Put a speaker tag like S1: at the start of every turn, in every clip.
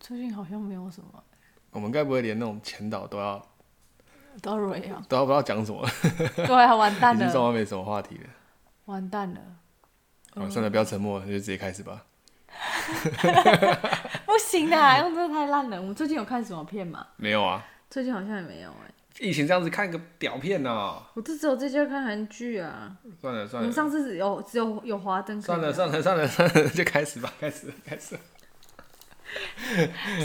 S1: 最近好像没有什么，
S2: 我们该不会连那种前导都要。
S1: 都是一样
S2: 都要不知道讲什么了，
S1: 对啊，完蛋
S2: 已经上
S1: 了，
S2: 完没什么话题了。
S1: 完蛋了，嗯
S2: 啊，算了，不要沉默了，就直接开始吧。
S1: 不行啦，用这个太烂了。我们最近有看什么片吗？
S2: 没有啊，
S1: 最近好像也没有哎、
S2: 疫情这样子看个屌片哦。
S1: 我就只有最近在看韩剧啊。
S2: 算了
S1: 我
S2: 算
S1: 们
S2: 了，
S1: 上次只有只有有华灯可以
S2: 算了
S1: 聊，
S2: 算了算了算了， 就开始吧，开始开始。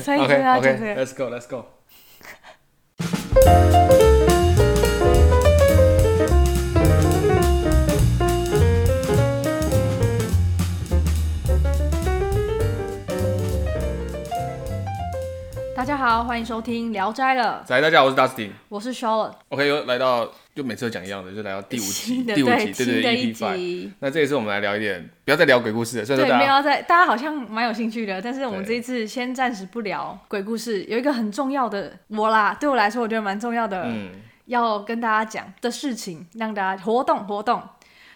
S1: 所以就
S2: OK
S1: 要讲这
S2: OK，
S1: 个。
S2: Let's go Let's go。
S1: 大家好，欢迎收听《聊斋》了，
S2: 来，大家好，我是 Dustin。
S1: 我是 Charlotte。
S2: OK，又来到，就每次都讲一样的，就来到第五集，
S1: 新的
S2: 第五集，对
S1: 新
S2: 对
S1: 的
S2: 对
S1: 一
S2: ，EP five。
S1: 集。
S2: 那这一次我们来聊一点，不要再聊鬼故事了，虽然
S1: 对，
S2: 说大
S1: 没有
S2: 家
S1: 要在大家好像蛮有兴趣的，但是我们这
S2: 啊对
S1: 一次先暂时不聊鬼故事。有一个很重要的，我啦，对我来说我觉得蛮重要的，
S2: 嗯，
S1: 要跟大家讲的事情，让大家活动活动，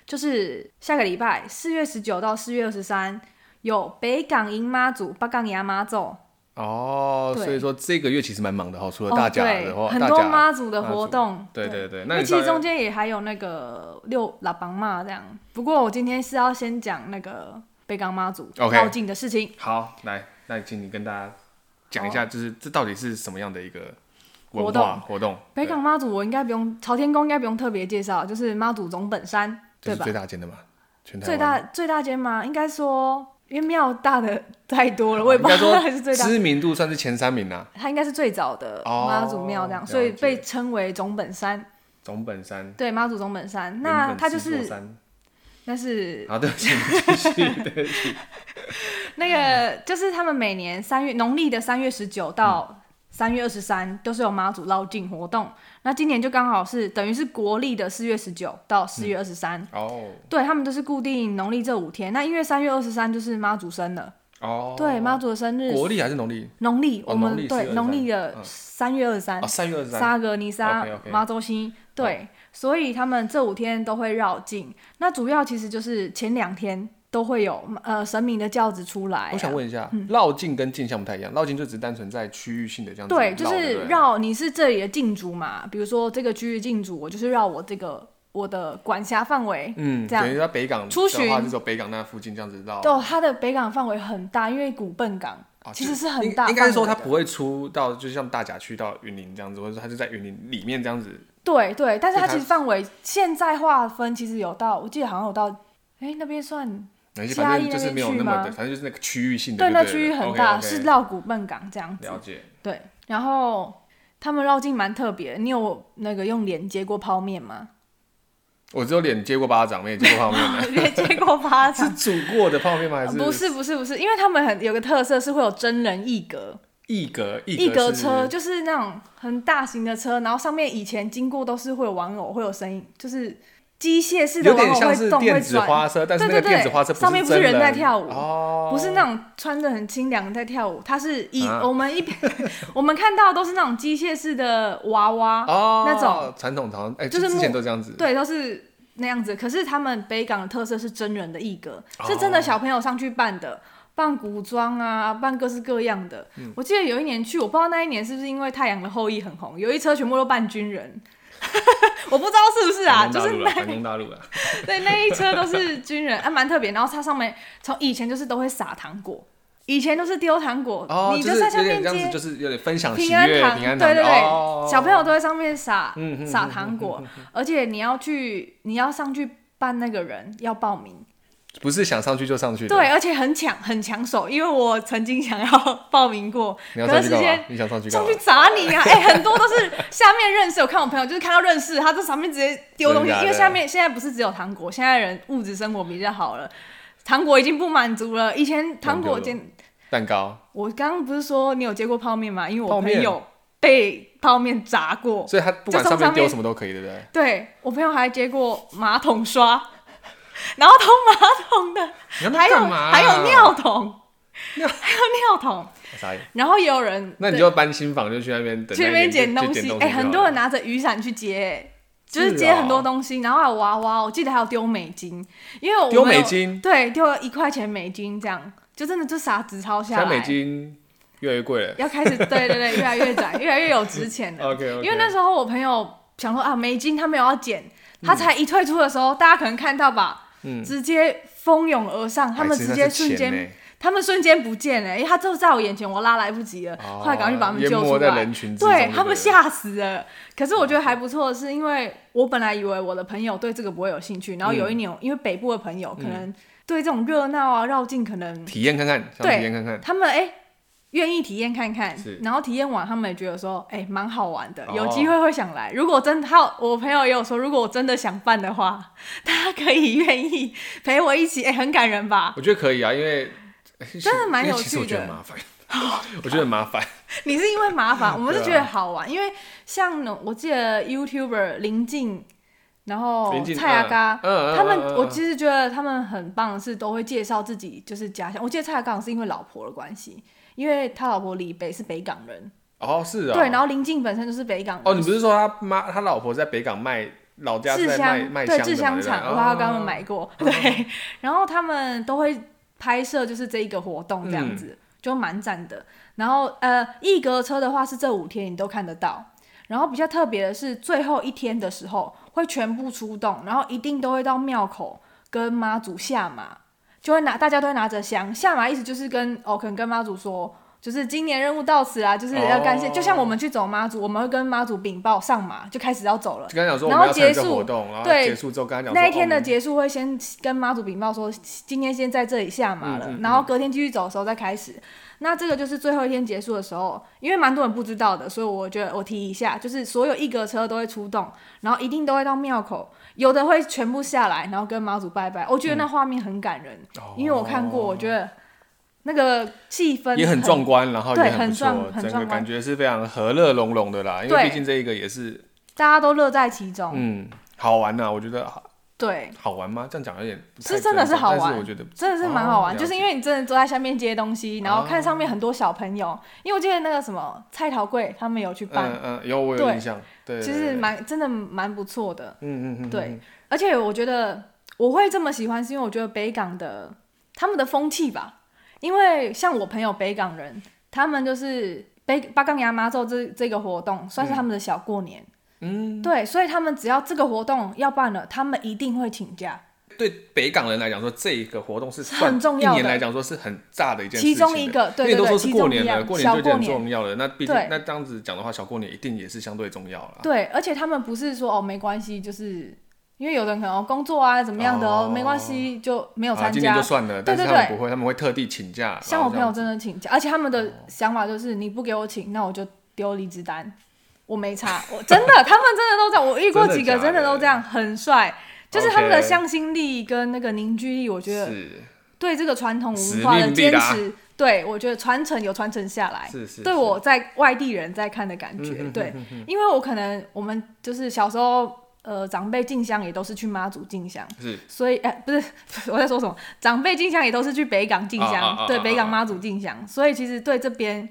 S1: 就是下个礼拜四月十九到四月二十三有北港迎妈祖、北港牙妈祖，
S2: 哦，
S1: 对
S2: 所以说这个月其实蛮忙的哈，除了大家的
S1: 哦、
S2: 话，
S1: 对，很
S2: 大
S1: 多
S2: 家
S1: 妈祖的活动，
S2: 对
S1: 对
S2: 对对，
S1: 因
S2: 那
S1: 为
S2: 你
S1: 其实
S2: 大
S1: 中
S2: 概
S1: 间也还有那个六喇叭嘛这样，不过我今天是要先讲那个北港妈祖
S2: OK
S1: 绕境的事情。
S2: 好来，那请你跟大家讲一下，就是这到底是什么样的一个文
S1: 活
S2: 化
S1: 动
S2: 活动？
S1: 北港妈祖我应该不用，朝天宫应该不用特别介绍，就是妈祖总本山，对
S2: 对，这是
S1: 吧
S2: 最？大间的嘛，全台
S1: 最
S2: 湾
S1: 大最大间吗？应该说，因为庙大的太多了，我也不知
S2: 哦应
S1: 道它
S2: 该
S1: 是最
S2: 说
S1: 大，
S2: 知名度算是前三名啦，
S1: 它应该是最早的
S2: 哦
S1: 妈祖庙这样，
S2: 了解
S1: 所以被称为总本山。
S2: 总本山。
S1: 对，妈祖总本山，
S2: 原
S1: 那
S2: 本
S1: 它就
S2: 是座
S1: 是
S2: 山
S1: 那是
S2: 啊，对不起，
S1: 那个就是他们每年三月农历的三月十九到三月二十三都是有妈祖绕境活动，那今年就刚好是等于是国历的四月十九到四月二十三。
S2: 哦
S1: 对他们都是固定农历这五天，那因为三月二十三就是妈祖生了，
S2: 哦，
S1: 对妈祖的生日，
S2: 国历还是农历
S1: 农历、
S2: 哦
S1: 我
S2: 农历
S1: 们
S2: 4
S1: 对
S2: 月
S1: 农历
S2: 23
S1: 的三月二十三
S2: 啊，，三嗯月二十三，
S1: 沙格尼沙
S2: OK，OK 哦
S1: 马周西，对，所以他们这五天都会绕境。那主要其实就是前两天都会有呃神明的轿子出来啊、
S2: 我想问一下，绕境跟镜像不太一样，绕境就只是单纯在区域性的这样子
S1: 对，就
S2: 绕
S1: 是
S2: 不
S1: 绕你是这里的禁主嘛，比如说这个区域禁主，我就是绕我这个我的管辖范围。
S2: 嗯，
S1: 这样
S2: 等于在北港
S1: 出
S2: 的话，
S1: 巡
S2: 就走北港那附近这样子绕。
S1: 哦，它的北港范围很大，因为古笨港、
S2: 啊
S1: 其实是
S2: 应
S1: 很大
S2: 应该是说
S1: 范
S2: 它
S1: 围的
S2: 不会出到，就像大甲去到云林这样子，或者说它就在云林里面这样子。
S1: 对对，但是
S2: 所以
S1: 它
S2: 它
S1: 其实范围现在划分其实有到，我记得好像有到，哎、那边算
S2: 反正
S1: 嘉
S2: 反
S1: 义
S2: 正就是
S1: 那边
S2: 没有
S1: 去
S2: 那么
S1: 吗
S2: 的，反正就是那个区域性的。
S1: 对
S2: 对，
S1: 那区域很大
S2: o k
S1: 是绕古笨港这样子
S2: 了。解。
S1: 对，然后他们绕境蛮特别的，你有那个用脸接过泡面吗？
S2: 我只有脸接过巴掌，没有接过泡面的。
S1: 脸接过巴
S2: 是
S1: 掌？
S2: 煮过的泡面 吗？还是
S1: 不是不是不是，因为他们很有个特色是会有真人一格，
S2: 一格
S1: 一格
S2: 是
S1: 车就是那种很大型的车，然后上面以前经过都是会有玩偶，会有声音，就是机械式的
S2: 有
S1: 玩
S2: 点
S1: 偶
S2: 像
S1: 会
S2: 是
S1: 动
S2: 电
S1: 会
S2: 子
S1: 转，
S2: 花车，但是
S1: 对
S2: 那个
S1: 对
S2: 电子
S1: 对
S2: 花车
S1: 上面不是人
S2: 真
S1: 在跳舞
S2: 哦，
S1: 不是那种穿的很清凉在跳舞，它是以、
S2: 啊
S1: 我们一 我们看到都是那种机械式的娃娃，
S2: 哦
S1: 那种
S2: 传统好像哎，
S1: 就是
S2: 之前
S1: 木
S2: 都这样子。
S1: 对，都是那样子。可是他们北港的特色是真人的艺格，
S2: 哦
S1: 是真的小朋友上去扮的，扮古装啊，扮各式各样的。
S2: 嗯
S1: 我记得有一年去，我不知道那一年是不是因为《太阳的后裔》很红，有一车全部都扮军人。 我不知道是不是啊，
S2: 反
S1: 就
S2: 攻大
S1: 是
S2: 陆了，反攻大陆了。
S1: 对那一车都是军人， 啊，蛮特别。然后它上面从以前就是都会撒糖果，以前都是丢糖果，
S2: 哦，
S1: 你
S2: 就
S1: 在
S2: 是
S1: 下
S2: 有
S1: 面
S2: 点这
S1: 接
S2: 样子，就是有点分享喜
S1: 平安
S2: 悦、
S1: 糖，
S2: 平安
S1: 对对对，
S2: 哦
S1: 小朋友都在上面撒
S2: 嗯嗯
S1: 撒糖果，而且你要去，你要上去扮那个人，要报名，
S2: 不是想上去就上去的，
S1: 对，，而且很抢很抢手，因为我曾经想要报名过，
S2: 你要
S1: 可
S2: 上
S1: 是
S2: 去
S1: 时
S2: 干嘛
S1: 间？。
S2: 你想上去干
S1: 上
S2: 嘛
S1: 去？砸你啊！哎、很多都是下面认识，我看我朋友就是看到认识，他在上面直接丢东西，
S2: 真的假的
S1: 因为下面现在不是只有糖果，现在人物质生活比较好了，糖果已经不满足了。以前糖果
S2: 能丢的
S1: 简
S2: 蛋糕，
S1: 我刚刚不是说你有接过泡面吗？因为
S2: 泡
S1: 我朋
S2: 面
S1: 友被泡面砸过，
S2: 所以他不管
S1: 就
S2: 上
S1: 从
S2: 面
S1: 上
S2: 丢
S1: 面
S2: 什么都可以，对不对？
S1: 对我朋友还接过马桶刷，然后通马桶的，
S2: 你
S1: 还
S2: 要
S1: 有
S2: 干嘛？啊
S1: 还有尿，桶，
S2: 尿
S1: 还有尿桶，
S2: 傻眼。
S1: 然后也有人
S2: 那你就搬新房，就去那边等，
S1: 去那边捡
S2: 东
S1: 东西，哎、很多人拿着雨伞去接。就是
S2: 哦
S1: 接很多东西，然后还有娃娃，我记得还有丢美金，因为我
S2: 丢
S1: 们有
S2: 美金
S1: 对，丢了一块钱美金这样，就真的就傻子抄
S2: 现
S1: 下
S2: 在
S1: 来。
S2: 美金越来越贵了。
S1: 要开始，对对对，越来越窄，越来越有值钱 了。
S2: OK 哦 OK，
S1: 因为那时候我朋友想说啊，美金他没有要减，他才一退出的时候，大家可能看到吧，
S2: 嗯
S1: 直接蜂拥而上，他
S2: 哎
S1: 们直接瞬间，他们瞬间不见了，因为他就在我眼前，我拉来不及了，
S2: 哦
S1: 后来赶快去把他们
S2: 淹
S1: 救
S2: 没
S1: 出
S2: 在
S1: 来
S2: 人。群之中就
S1: 对
S2: 对
S1: 他们
S2: 了
S1: 吓死了，可是我觉得还不错，是因为我本来以为我的朋友对这个不会有兴趣，然后有一
S2: 嗯
S1: 年、因为北部的朋友可能对这种热闹啊绕境可能
S2: 体验看看，想
S1: 对
S2: 体验看看，
S1: 他们哎愿、意体验看看
S2: 是，
S1: 然后体验完他们也觉得说哎蛮、好玩的
S2: 哦，
S1: 有机会会想来。如果真的他我朋友也有说，如果我真的想办的话， 他可以愿意陪我一起，哎、很感人吧？
S2: 我觉得可以啊，因为
S1: 真的蛮
S2: 因为
S1: 有
S2: 其实我
S1: 趣
S2: 觉得很
S1: 的
S2: 麻烦， 我觉得很麻烦。
S1: 你是因为麻 烦，我们是
S2: 对啊
S1: 觉得好玩，因为像那我记得 YouTuber 林静，然后
S2: 林静
S1: 蔡阿
S2: 嗯
S1: 嘎。
S2: 嗯嗯，
S1: 啊他们
S2: 嗯，嗯
S1: 我
S2: 嗯
S1: 其实觉得他们很棒，的是都会介绍自己就是家乡。我记得蔡阿嘎是因为老婆的关系，因为他老婆李北是北港人，
S2: 哦是啊，
S1: 对，然后林静本身就是北港人，
S2: 哦，你不是说他妈他老婆在北港卖老家是
S1: 制
S2: 在卖
S1: 香
S2: 卖
S1: 对
S2: 的
S1: 制香
S2: 嘛对不对
S1: 厂，我还有跟他们
S2: 哦
S1: 买过， 对，然后他们都会拍摄就是这一个活动这样
S2: 嗯
S1: 子，就蛮赞的。然后呃，一格车的话是这五天你都看得到。然后比较特别的是，最后一天的时候会全部出动，然后一定都会到庙口跟妈祖下马，就会拿大家都会拿着香下马，意思就是跟哦，可能跟妈祖说，就是今年任务到此啊啦，就是要感谢，
S2: 哦
S1: 就像我们去走妈祖，我们会跟妈祖禀报上马，就开始要走了
S2: 就。跟他讲说我
S1: 然后
S2: 们要参
S1: 结
S2: 与这个
S1: 束
S2: 活动，然后
S1: 对
S2: 结束之后跟他讲说
S1: 那一天
S2: 哦
S1: 的
S2: 我们
S1: 结束会先跟妈祖禀报说，今天先在这里下马了，
S2: 嗯嗯嗯
S1: 然后隔天继续走的时候再开始。那这个就是最后一天结束的时候，因为蛮多人不知道的，所以我觉得我提一下，就是所有一格车都会出动，然后一定都会到庙口，有的会全部下来，然后跟妈祖拜拜。我觉得那画面很感人，
S2: 哦
S1: 因为我看过，我觉得那个气氛
S2: 也很壮观，然后也
S1: 对
S2: 不
S1: 很
S2: 错
S1: 壮，很
S2: 整个
S1: 壮观
S2: 感觉是非常和乐融融的啦。因为
S1: 对
S2: 毕竟这一个也是
S1: 大家都乐在其中。
S2: 嗯好玩呐、我觉得好
S1: 对，
S2: 好玩吗？这样讲有点不太
S1: 是真的是好玩
S2: 但是我觉得
S1: 真的是蛮好玩，
S2: 哦
S1: 就是因为你真的坐在下面接东西，然后看上面很多小朋友，因为我记得那个什么蔡桃贵他们有去办，
S2: 哦嗯嗯有我有
S1: 对
S2: 印象，对，
S1: 其
S2: 对
S1: 实
S2: 对
S1: 蛮真的蛮不错的。
S2: 嗯嗯嗯
S1: 对，而且我觉得我会这么喜欢，是因为我觉得北港的他们的风气吧，因为像我朋友北港人，他们就是北八杠牙妈咒这这个活动算是他们的小过年，
S2: 嗯
S1: 对，所以他们只要这个活动要办了，他们一定会请假。
S2: 对北港人来讲说这一个活动是
S1: 是
S2: 算
S1: 很重要
S2: 一年
S1: 的
S2: 来讲说是很炸的一件事情
S1: 其
S2: 的，
S1: 中一个对
S2: 因为都
S1: 对对
S2: 说是
S1: 其
S2: 过
S1: 中
S2: 年
S1: 一样
S2: 了，过
S1: 小
S2: 年就一件很
S1: 过年
S2: 重要的。那毕竟
S1: 对
S2: 那这样子讲的话，小过年一定也是相对重要了。
S1: 对，而且他们不是说哦没关系，就是因为有的人可能、哦、工作啊怎么样的哦
S2: 哦
S1: 没关系就没有
S2: 啊，
S1: 参
S2: 今年
S1: 加。
S2: 就算了，
S1: 对
S2: 但是
S1: 对
S2: 他们
S1: 对
S2: 不会，他们会特地请假。
S1: 像
S2: 然
S1: 我
S2: 后
S1: 朋
S2: 这
S1: 友
S2: 样子哦
S1: 真的请假，而且他们的想法就是你不给我请，那我就丢离职单，我没差。我真的，他们真的都这样，我遇过
S2: 真的
S1: 几个
S2: 假
S1: 真的
S2: 的
S1: 都这样，很帅。就是他们的
S2: OK
S1: 向心力跟那个凝聚力，我觉得对这个传统文
S2: 使
S1: 化的
S2: 命必
S1: 坚
S2: 达
S1: 持，对我觉得传承有传承下来。
S2: 是是是，嗯
S1: 对我在外地人在看的感觉，对，因为我可能我们就是小时候，呃，长辈进香也都是去妈祖进香，
S2: 是
S1: 所以哎、不是 我在说什么，长辈进香也都是去北港进香，
S2: 啊啊啊
S1: 对，
S2: 啊
S1: 北港
S2: 啊
S1: 妈祖进香，所以其实对这边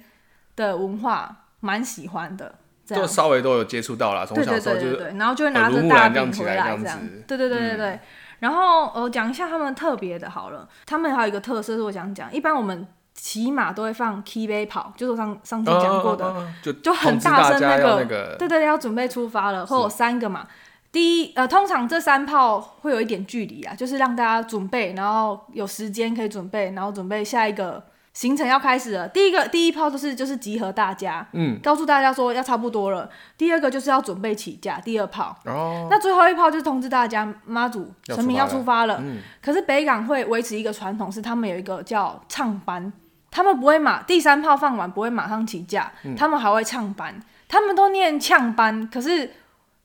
S1: 的文化蛮喜欢的，这
S2: 就
S1: 样。
S2: 稍微都有接触到啦，从
S1: 对
S2: 小
S1: 对
S2: 时候
S1: 对
S2: 就
S1: 对
S2: 是
S1: 对，然后就会拿
S2: 耳
S1: 着
S2: 濡目
S1: 大
S2: 染这样
S1: 饼
S2: 起
S1: 回
S2: 来这
S1: 来
S2: 样
S1: 这样
S2: 子。嗯
S1: 对对对对对。然后呃，讲一下他们特别的好了，他们还有一个特色是我想讲，一般我们骑马都会放 K 杯跑，就是我上上次讲过的，
S2: 啊啊啊啊就
S1: 就很
S2: 通知
S1: 大
S2: 大
S1: 声
S2: 家
S1: 那
S2: 要
S1: 个
S2: 那个
S1: 对对对，要准备出发了，会有三个嘛。第一，呃，通常这三炮会有一点距离啊，就是让大家准备，然后有时间可以准备，然后准备下一个行程要开始了。第一个第一炮就是就是集合大家，
S2: 嗯，
S1: 告诉大家说要差不多了。第二个就是要准备起驾，第二炮。
S2: 然后
S1: 那最后一炮就是通知大家，妈祖
S2: 要
S1: 神明要
S2: 出
S1: 出发了。
S2: 嗯
S1: 可是北港会维持一个传统，是他们有一个叫唱班，他们不会马第三炮放完不会马上起驾，
S2: 嗯
S1: 他们还会唱班，他们都念呛班，可是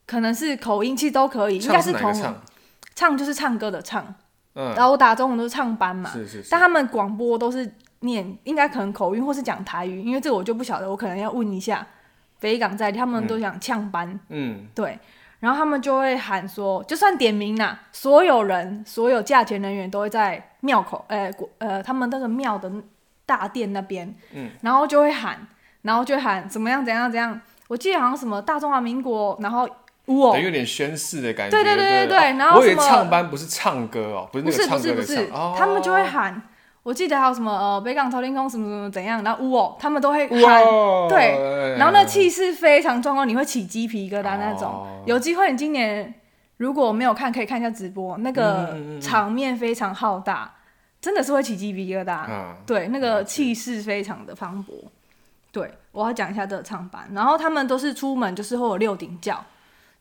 S1: 可能是口音，其实都可以，应该
S2: 唱
S1: 是
S2: 哪个
S1: 同
S2: 唱？
S1: 唱就是唱歌的唱，
S2: 嗯，
S1: 然后我打中文都是唱班嘛，
S2: 是是是
S1: 但他们广播都是念，应该可能口音或是讲台语，因为这个我就不晓得，我可能要问一下北港在地，他们都讲呛班。
S2: 嗯，
S1: 对，然后他们就会喊说，就算点名啦，所有人、所有价钱人员都会在庙口，呃，国呃，他们那个庙的大殿那边，
S2: 嗯，
S1: 然后就会喊，然后就喊怎么样怎样怎样，我记得好像什么大中华民国，然后乌
S2: 等
S1: 偶
S2: 于，有点宣誓的感觉。
S1: 对对对对
S2: 对
S1: 对
S2: 哦
S1: 然后
S2: 我以为
S1: 什么
S2: 唱班不是唱歌哦，不是
S1: 不
S2: 那个
S1: 是不
S2: 唱歌哦
S1: 是不
S2: 的
S1: 是
S2: 唱，，
S1: 他们就会
S2: 哦
S1: 喊我记得还有什么呃北港朝天宫什么什么怎样，然后乌哦，他们都会喊，
S2: 哇，
S1: 对
S2: 哎
S1: 然后那气势非常壮观，你会起鸡皮疙瘩那种。
S2: 哦
S1: 有机会你今年如果没有看，可以看一下直播，那
S2: 嗯嗯嗯
S1: 个
S2: 嗯
S1: 场面非常浩大，真的是会起鸡皮疙瘩。
S2: 啊，
S1: 对，那
S2: 了
S1: 个
S2: 解
S1: 气势非常的磅礴。对，我要讲一下这个唱班，然后他们都是出门就是会有六顶教，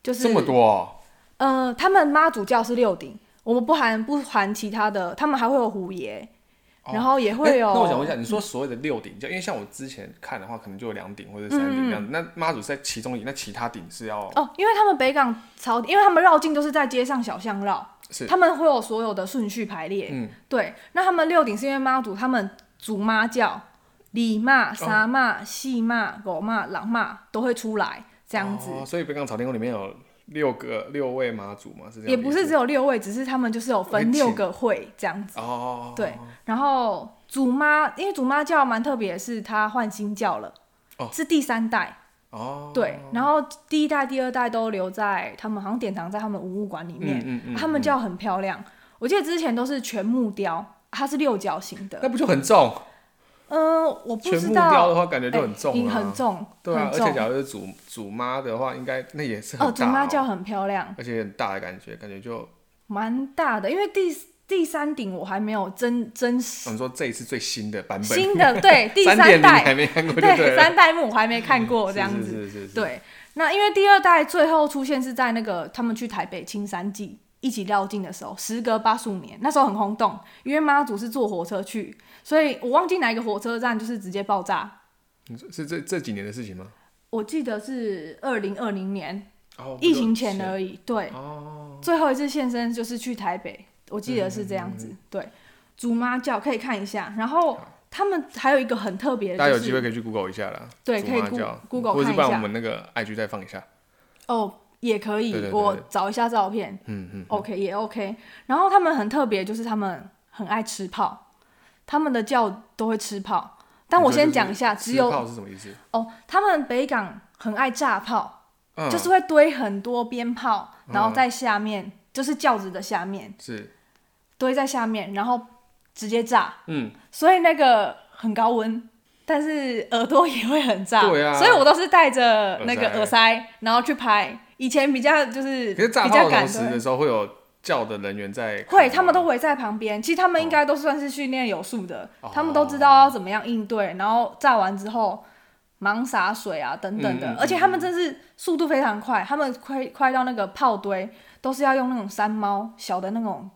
S1: 就是
S2: 这么多哦，
S1: 呃，他们妈祖教是六顶，我们不含不含其他的，他们还会有虎爷，
S2: 哦
S1: 然后也
S2: 哎
S1: 会哦有。
S2: 那我想问一下，你说所谓的六顶，就因为像我之前看的话，可能就有两顶或
S1: 嗯
S2: 者三顶这样子。那妈祖是在其中一顶，那其他顶是要
S1: 哦，因为他们北港朝，因为他们绕境都是在街上小巷绕，
S2: 是
S1: 他们会有所有的顺序排列。
S2: 嗯
S1: 对，那他们六顶是因为妈祖他们祖妈教李妈、沙妈、细妈、狗妈、狼妈都会出来这样子。
S2: 哦所以北港朝天宫里面有六个六位妈祖嘛，是这样的意
S1: 也
S2: 思？
S1: 不是只有六位，只是他们就是有分
S2: 会
S1: 六
S2: 请
S1: 个会这样子。
S2: 哦，
S1: 对，然后祖妈，因为祖妈教蛮特别，是她换新教了，
S2: 哦
S1: 是第三代。
S2: 哦，
S1: 对，然后第一代、第二代都留在他们好像典藏在他们文物馆里
S2: 嗯，
S1: 面，
S2: 嗯嗯嗯，
S1: 他们教很漂亮。我记得之前都是全木雕，它是六角形
S2: 那
S1: 的。
S2: 不就很重？
S1: 嗯、我不
S2: 全
S1: 知
S2: 木雕的
S1: 道，
S2: 话，感觉就很重
S1: 哎
S2: 啊，
S1: 很重，
S2: 对啊，而
S1: 很
S2: 且
S1: 重。
S2: 假如是祖祖妈的话，应该那也是很大
S1: 哦，
S2: 哦
S1: 祖妈教很漂亮，
S2: 而且很大的感觉，感觉就
S1: 蛮大的，因为第第三顶我还没有真真实
S2: 嗯我们说这一次最新的嗯版本，
S1: 新的，对，第
S2: 三点
S1: 三
S2: 零还
S1: 代，
S2: 没看过，就
S1: 对，
S2: 对了，嗯
S1: 三代目我还没看过这样
S2: 是
S1: 子。
S2: 是是是，
S1: 对，那因为第二代最后出现是在那个他们去台北青山祭一起绕境的时候，时隔八十五年，那时候很轰动，因为妈祖是坐火车去，所以我忘记哪一个火车站就是直接爆炸，
S2: 你说是这这几年的事情吗？
S1: 我记得是二零二零年
S2: 哦，
S1: 疫情前
S2: 的
S1: 而已，对，
S2: 哦，
S1: 最后一次现身就是去台北，我记得是这样
S2: 嗯
S1: 子，对，祖妈教可以看一下，然后。他们还有一个很特别的、就是，
S2: 大家有机会可以去 Google 一下啦，
S1: 对
S2: 祖
S1: 可以
S2: 妈
S1: Goo-
S2: 教
S1: Google
S2: 或者
S1: 看
S2: 是
S1: 一
S2: 把我
S1: 下
S2: 们那个 IG 再放一下，
S1: 哦，也可以，
S2: 对对对
S1: 我
S2: 对
S1: 找一下照片，
S2: 嗯嗯，
S1: OK 也 OK。然后他们很特别，就是他们很爱吃炮，他们的教都会吃炮。但我
S2: 你说
S1: 先
S2: 就是
S1: 讲一下，只有
S2: 吃炮是什么意思？
S1: 哦，他们北港很爱炸炮，
S2: 嗯，
S1: 就是会堆很多鞭炮，然后
S2: 嗯
S1: 在下面、就是轿子的下面
S2: 是，
S1: 堆在下面，然后直接炸，
S2: 嗯，
S1: 所以那个很高温。但是耳朵也会很炸，
S2: 对啊
S1: 所以我都是戴着那个
S2: 耳
S1: 耳塞，然后去拍。以前比较就是
S2: 可是炸
S1: 比
S2: 炮
S1: 较
S2: 的同
S1: 敢
S2: 时
S1: 对
S2: 的时候会有叫的人员在看吗，
S1: 会，他们都围在旁边。其实他们应该都算是训练有素的，
S2: 哦
S1: 他们都知道要怎么样应对，然后炸完之后忙洒水啊等等的。
S2: 嗯嗯嗯嗯
S1: 而且他们真是速度非常快，他们快快到那个炮堆都是要用那种山猫小的那种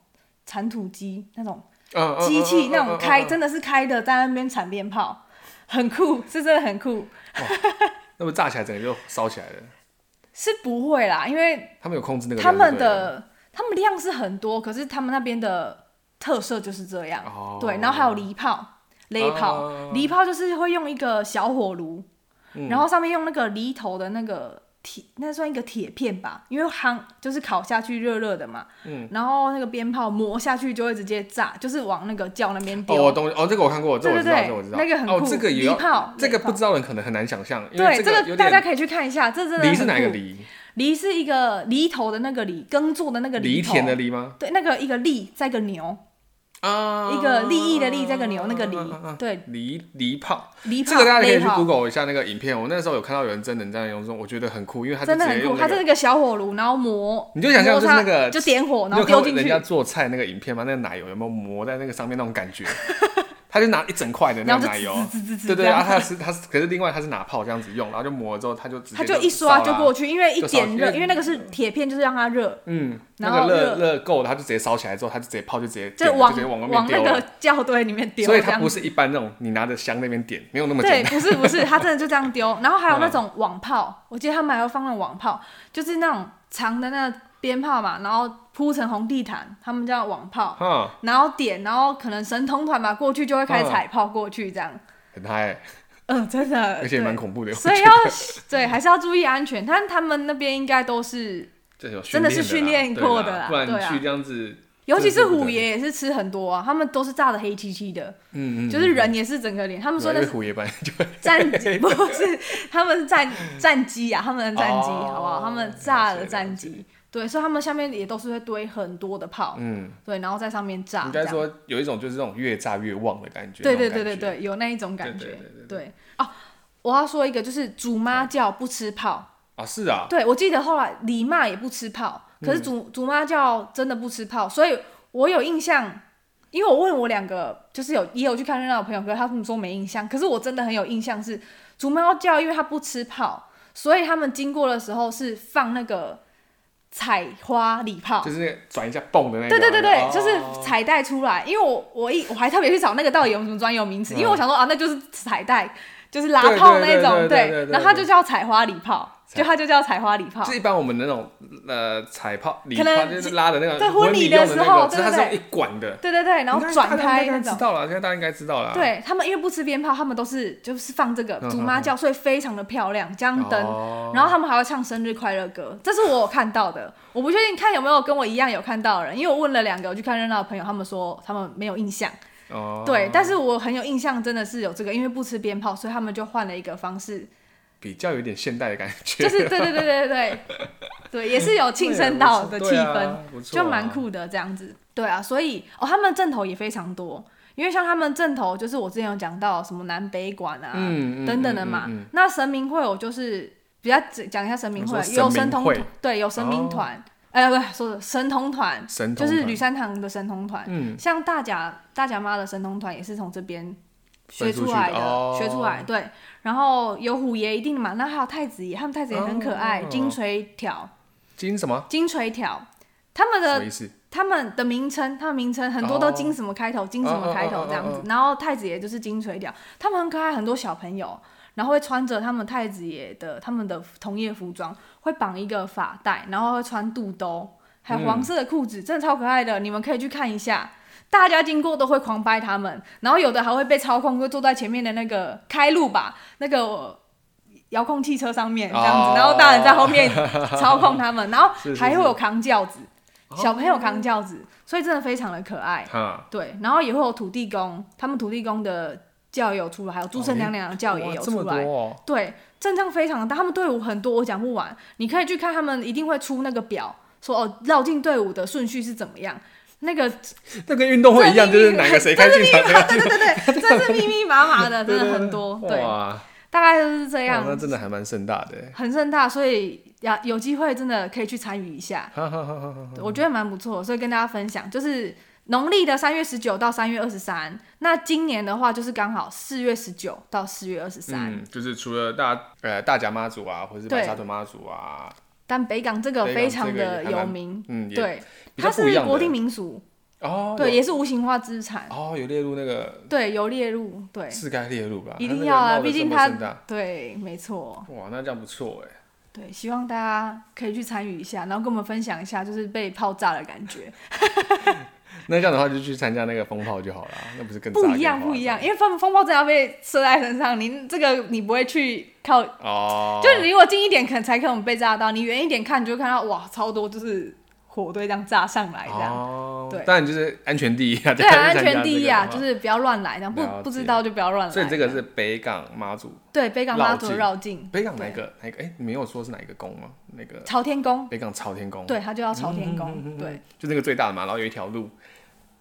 S1: 铲土机那种
S2: 嗯
S1: 机器那种开，。
S2: 嗯嗯嗯嗯嗯嗯嗯
S1: 真的是开的在那边铲鞭炮，很酷，是真的很酷。
S2: 那么炸起来整个就烧起来了，
S1: 是不会啦，因为
S2: 他们有控制那个
S1: 他
S2: 量
S1: 们
S2: 就对了
S1: 的他们量是很多，可是他们那边的特色就是这样。
S2: 哦
S1: 对，然后还有离炮、雷炮。
S2: 哦
S1: 离炮就是会用一个小火炉，
S2: 嗯
S1: 然后上面用那个犁头的那个铁，那算一个铁片吧，因为夯就是烤下去热热的嘛。
S2: 嗯。
S1: 然后那个鞭炮磨下去就会直接炸，就是往那个窖那边
S2: 哦，我
S1: 丢。
S2: 懂哦，这个我看过，这
S1: 对
S2: 我
S1: 对
S2: 知道，
S1: 对
S2: 这我知，道。
S1: 那个很
S2: 哦
S1: 酷。，
S2: 这个也
S1: 离
S2: 要，
S1: 炮，
S2: 这个
S1: 雷
S2: 不
S1: 炮
S2: 知道的人可能很难想象，因为
S1: 对，这
S2: 有
S1: 个大
S2: 点
S1: 家可以去看一下，这真的
S2: 梨是
S1: 很
S2: 哪一个
S1: 酷？
S2: 梨？
S1: 犁是一个犁头的那个犁，耕作的那个犁
S2: 犁
S1: 头。
S2: 田的。梨吗？
S1: 对，那个一个犁，再一个牛，
S2: 啊，
S1: 一个利益的利，再一个牛，那个犁
S2: 啊啊啊啊。
S1: 对，
S2: 梨梨炮，
S1: 犁炮。
S2: 这个大家可以
S1: 雷
S2: 去
S1: 炮
S2: Google 一下那个影片。我那时候有看到有人真人这样用，我觉得很酷，因为他就
S1: 真的
S2: 直接
S1: 很酷，
S2: 用
S1: 它
S2: 那
S1: 是
S2: 个。
S1: 那个小火炉，然后磨，
S2: 你就想象就是那
S1: 摩
S2: 个
S1: 擦就点火，
S2: 你
S1: 然后
S2: 有看
S1: 丢
S2: 过
S1: 进
S2: 人
S1: 去
S2: 家，做菜那个影片吗？那个奶油有没有磨在那个上面那种感觉？他就拿一整块的那
S1: 然
S2: 个
S1: 后就
S2: 奶油，
S1: 滋滋滋滋这
S2: 对啊对，然后
S1: 样，
S2: 他是他是，可是另外他是拿炮这样子用，然后就磨了之后，他就直接
S1: 它就一刷
S2: 烧啊
S1: 就
S2: 啦
S1: 过去，因为一
S2: 就烧
S1: 点
S2: 因
S1: 热，
S2: 为
S1: 因为那个是铁片，就是让它热，
S2: 嗯，
S1: 然
S2: 那
S1: 后
S2: 个热
S1: 热
S2: 热够了，它就直接烧起来之后，它就直接泡就直接
S1: 就
S2: 点
S1: 往
S2: 直接往外面
S1: 往
S2: 丢
S1: 那
S2: 了
S1: 个 校堆里面丢，
S2: 所以
S1: 这
S2: 它
S1: 样
S2: 不是一般那种你拿着香那边点，没有那么
S1: 对
S2: 简，嗯
S1: 不是不是，它真的就这样丢。然后还有那种网炮，我记得他们还会放那种网炮，就是那种长的那个鞭炮嘛，然后铺成红地毯，他们叫网炮
S2: 单，，哈，
S1: 然后点，然后可能神童团吧过去就会开始
S2: 嗯
S1: 踩炮过去这样，
S2: 很嗨，
S1: 嗯，真的，
S2: 而且也
S1: 对
S2: 蛮恐怖的。
S1: 所以 要对，还是要注意安全。但他们那边应该都是，
S2: 这有训
S1: 真的是训
S2: 练
S1: 练
S2: 的啦
S1: 过的
S2: 对啦
S1: 啦
S2: 不然
S1: 对
S2: 你
S1: 啊
S2: 去这样子，
S1: 尤其
S2: 这
S1: 是
S2: 是不
S1: 虎
S2: 得
S1: 爷也是吃很多啊，他们都是炸的黑漆漆的，
S2: 嗯嗯，
S1: 就是人也是整个脸。他们
S2: 对
S1: 说
S2: 啊因
S1: 那
S2: 为
S1: 是
S2: 虎爷 本来就会
S1: 战机，不是他们是战战机啊，他们的战机
S2: 哦
S1: 好不好？他们炸
S2: 了解
S1: 的
S2: 了
S1: 战
S2: 解
S1: 机，对，所以他们下面也都是会堆很多的炮，
S2: 嗯，
S1: 对，然后在上面炸。
S2: 应
S1: 这
S2: 该
S1: 样。
S2: 说有一种就是那种越炸越旺的感觉。
S1: 对
S2: 那
S1: 对
S2: 种
S1: 对对
S2: 感觉，
S1: 对，有那一种感觉。
S2: 对对
S1: 对哦，我要说一个，就是祖妈教不吃炮。
S2: 啊是啊，
S1: 对，我记得后来李妈也不吃炮，可是祖、祖妈教真的不吃炮，所以我有印象。因为我问我两个就是有也有去看热闹的朋友，可是他们说没印象，可是我真的很有印象是祖妈教，因为他不吃炮，所以他们经过的时候是放那个采花礼炮，
S2: 就是那个转一下蹦的那个。
S1: 对对对对，
S2: 哦
S1: 就是彩带出来，因为我我一我还特别去找那个到底有什么专有名词，因为我想说啊，那就是彩带，就是拉
S2: 对
S1: 炮
S2: 对
S1: 那
S2: 对
S1: 种，
S2: 对对对对
S1: 然后它就叫采花礼炮，
S2: 彩
S1: 就它就叫采花礼炮
S2: 就，一般我们那种呃彩炮礼
S1: 可
S2: 炮
S1: 能
S2: 就是拉的那个
S1: 对婚
S2: 婚
S1: 礼
S2: 礼
S1: 的
S2: 用的
S1: 时候
S2: 那个，只是它
S1: 对
S2: 是
S1: 对
S2: 用一管的，
S1: 对对对，然后
S2: 应该
S1: 转
S2: 大家
S1: 开
S2: 应该
S1: 那
S2: 知
S1: 种。
S2: 道了，现在大家应该知道了。
S1: 对他们，因为不吃鞭炮，他们都是就是放这个
S2: 啊嗯
S1: 祖妈教，所以非常的漂亮，这样灯，
S2: 哦
S1: 然后他们还会唱生日快乐歌，这是我有看到的。我不确定看有没有跟我一样有看到的人，因为我问了两个我去看热闹的朋友，他们说他们没有印象。
S2: 哦，
S1: 对，但是我很有印象，真的是有这个，因为不吃鞭炮，所以他们就换了一个方式，
S2: 比较有点现代的感觉，
S1: 就是对对对对对对，对，也是有庆生到的气
S2: 对
S1: 氛，
S2: 啊不错啊
S1: 就蛮酷的这样子。对啊，所以哦，他们正头也非常多，因为像他们正头就是我之前有讲到什么南北馆啊、
S2: 嗯嗯
S1: 等等的嘛，
S2: 嗯嗯嗯
S1: 那神明会我就是比较只讲一下神明会，
S2: 你
S1: 有
S2: 说神
S1: 神
S2: 明
S1: 通
S2: 会
S1: 团对，有神明
S2: 哦
S1: 团，哎、不是说的神童团，
S2: 神童
S1: 就是
S2: 团
S1: 吕山堂的神童团，
S2: 嗯
S1: 像大甲大甲妈的神童团也是从这边学
S2: 分出
S1: 出
S2: 去
S1: 来的，
S2: 的哦
S1: 学出来对。然后有虎爷一定的嘛，那还有太子爷，他们太子爷很可爱，
S2: 哦
S1: 金锤条、
S2: 金什么？
S1: 金锤条，他们
S2: 什么
S1: 的
S2: 意思？
S1: 他们的名称，他们名称很多都金什么开头，金什么开头这样子。
S2: 哦哦哦哦
S1: 然后太子爷就是金锤条，他们很可爱，很多小朋友。然后会穿着他们太子爷的他们的同业服装，会绑一个发带，然后会穿肚兜，还有黄色的裤子，真的超可爱的，你们可以去看一下。大家经过都会狂掰他们，然后有的还会被操控，就坐在前面的那个开路吧， 那个呃遥控汽车上面这样子，
S2: 哦
S1: 然后大人在后面操控他们，然后
S2: 是是
S1: 还会有
S2: 是
S1: 扛轿子，小朋
S2: 哦
S1: 友扛轿子，所以真的非常的可爱。
S2: 哈，
S1: 对，然后也会有土地公，他们土地公的教也有出来，还有诸圣娘娘的教也
S2: 哇
S1: 有出
S2: 这么多
S1: 来。
S2: 哦，
S1: 对，阵仗非常的大，他们队伍很多，我讲不完。你可以去看，他们一定会出那个表，说哦绕进队伍的顺序是怎么样。那 个
S2: 那跟运动会一样，就是哪个谁开进场，
S1: 对对对对，这是密密麻麻 的，真的很多。对，
S2: 哇，
S1: 大概就是这
S2: 哇那
S1: 样，
S2: 真的还蛮盛大的。欸
S1: 很盛大，所以呀有机会真的可以去参与一下。
S2: 哈哈哈哈哈！
S1: 对我觉得蛮不错，所以跟大家分享，就是农历的三月十九到三月二十三，那今年的话就是刚好四月十九到四月二十三。
S2: 嗯，就是除了大呃大甲妈祖啊，或是
S1: 对
S2: 白沙屯妈祖啊，
S1: 但北港这个
S2: 北港
S1: 非常
S2: 这个
S1: 的
S2: 也还
S1: 有
S2: 蛮
S1: 名，
S2: 嗯，也
S1: 对，
S2: 比较
S1: 它
S2: 不一
S1: 是
S2: 样的
S1: 国定民俗，
S2: 哦，
S1: 对，
S2: 有
S1: 也是无形化资产，
S2: 哦，有列入那个
S1: 对，有列入，对，
S2: 是该列入吧？
S1: 一
S2: 它
S1: 定
S2: 那个
S1: 要啊
S2: 闹得
S1: 毕竟
S2: 这么
S1: 它
S2: 盛大
S1: 对，没错，
S2: 哇，那这样不错哎。
S1: 对，希望大家可以去参与一下，然后跟我们分享一下，就是被泡炸的感觉，
S2: 那这样的话就去参加那个风炮就好了，那不是更
S1: 不
S2: 炸
S1: 一样，
S2: 更
S1: 不一样，
S2: 夸
S1: 因为风风暴真的要被射在身上，你这个你不会去靠
S2: 张哦，
S1: 就离我近一点，可能才可能被炸到；你远一点看，你就看到哇，超多就是火堆这样炸上来这样。
S2: 哦
S1: 对
S2: 当然就是安全第一啊，
S1: 对，
S2: 大家
S1: 安
S2: 去参加
S1: 全第一啊，
S2: 这个的
S1: 就
S2: 话
S1: 是不要乱来，这样不
S2: 了解
S1: 不知道就不要乱来。
S2: 所以这个是北港妈祖，
S1: 对北港妈祖的绕境，
S2: 北港哪一个哪一个？哎、你没有说是哪一个宫吗？那个
S1: 朝天宫，
S2: 北港朝天宫，
S1: 对，它就叫朝天
S2: 嗯
S1: 宫，对。
S2: 就那个最大的嘛，然后有一条路，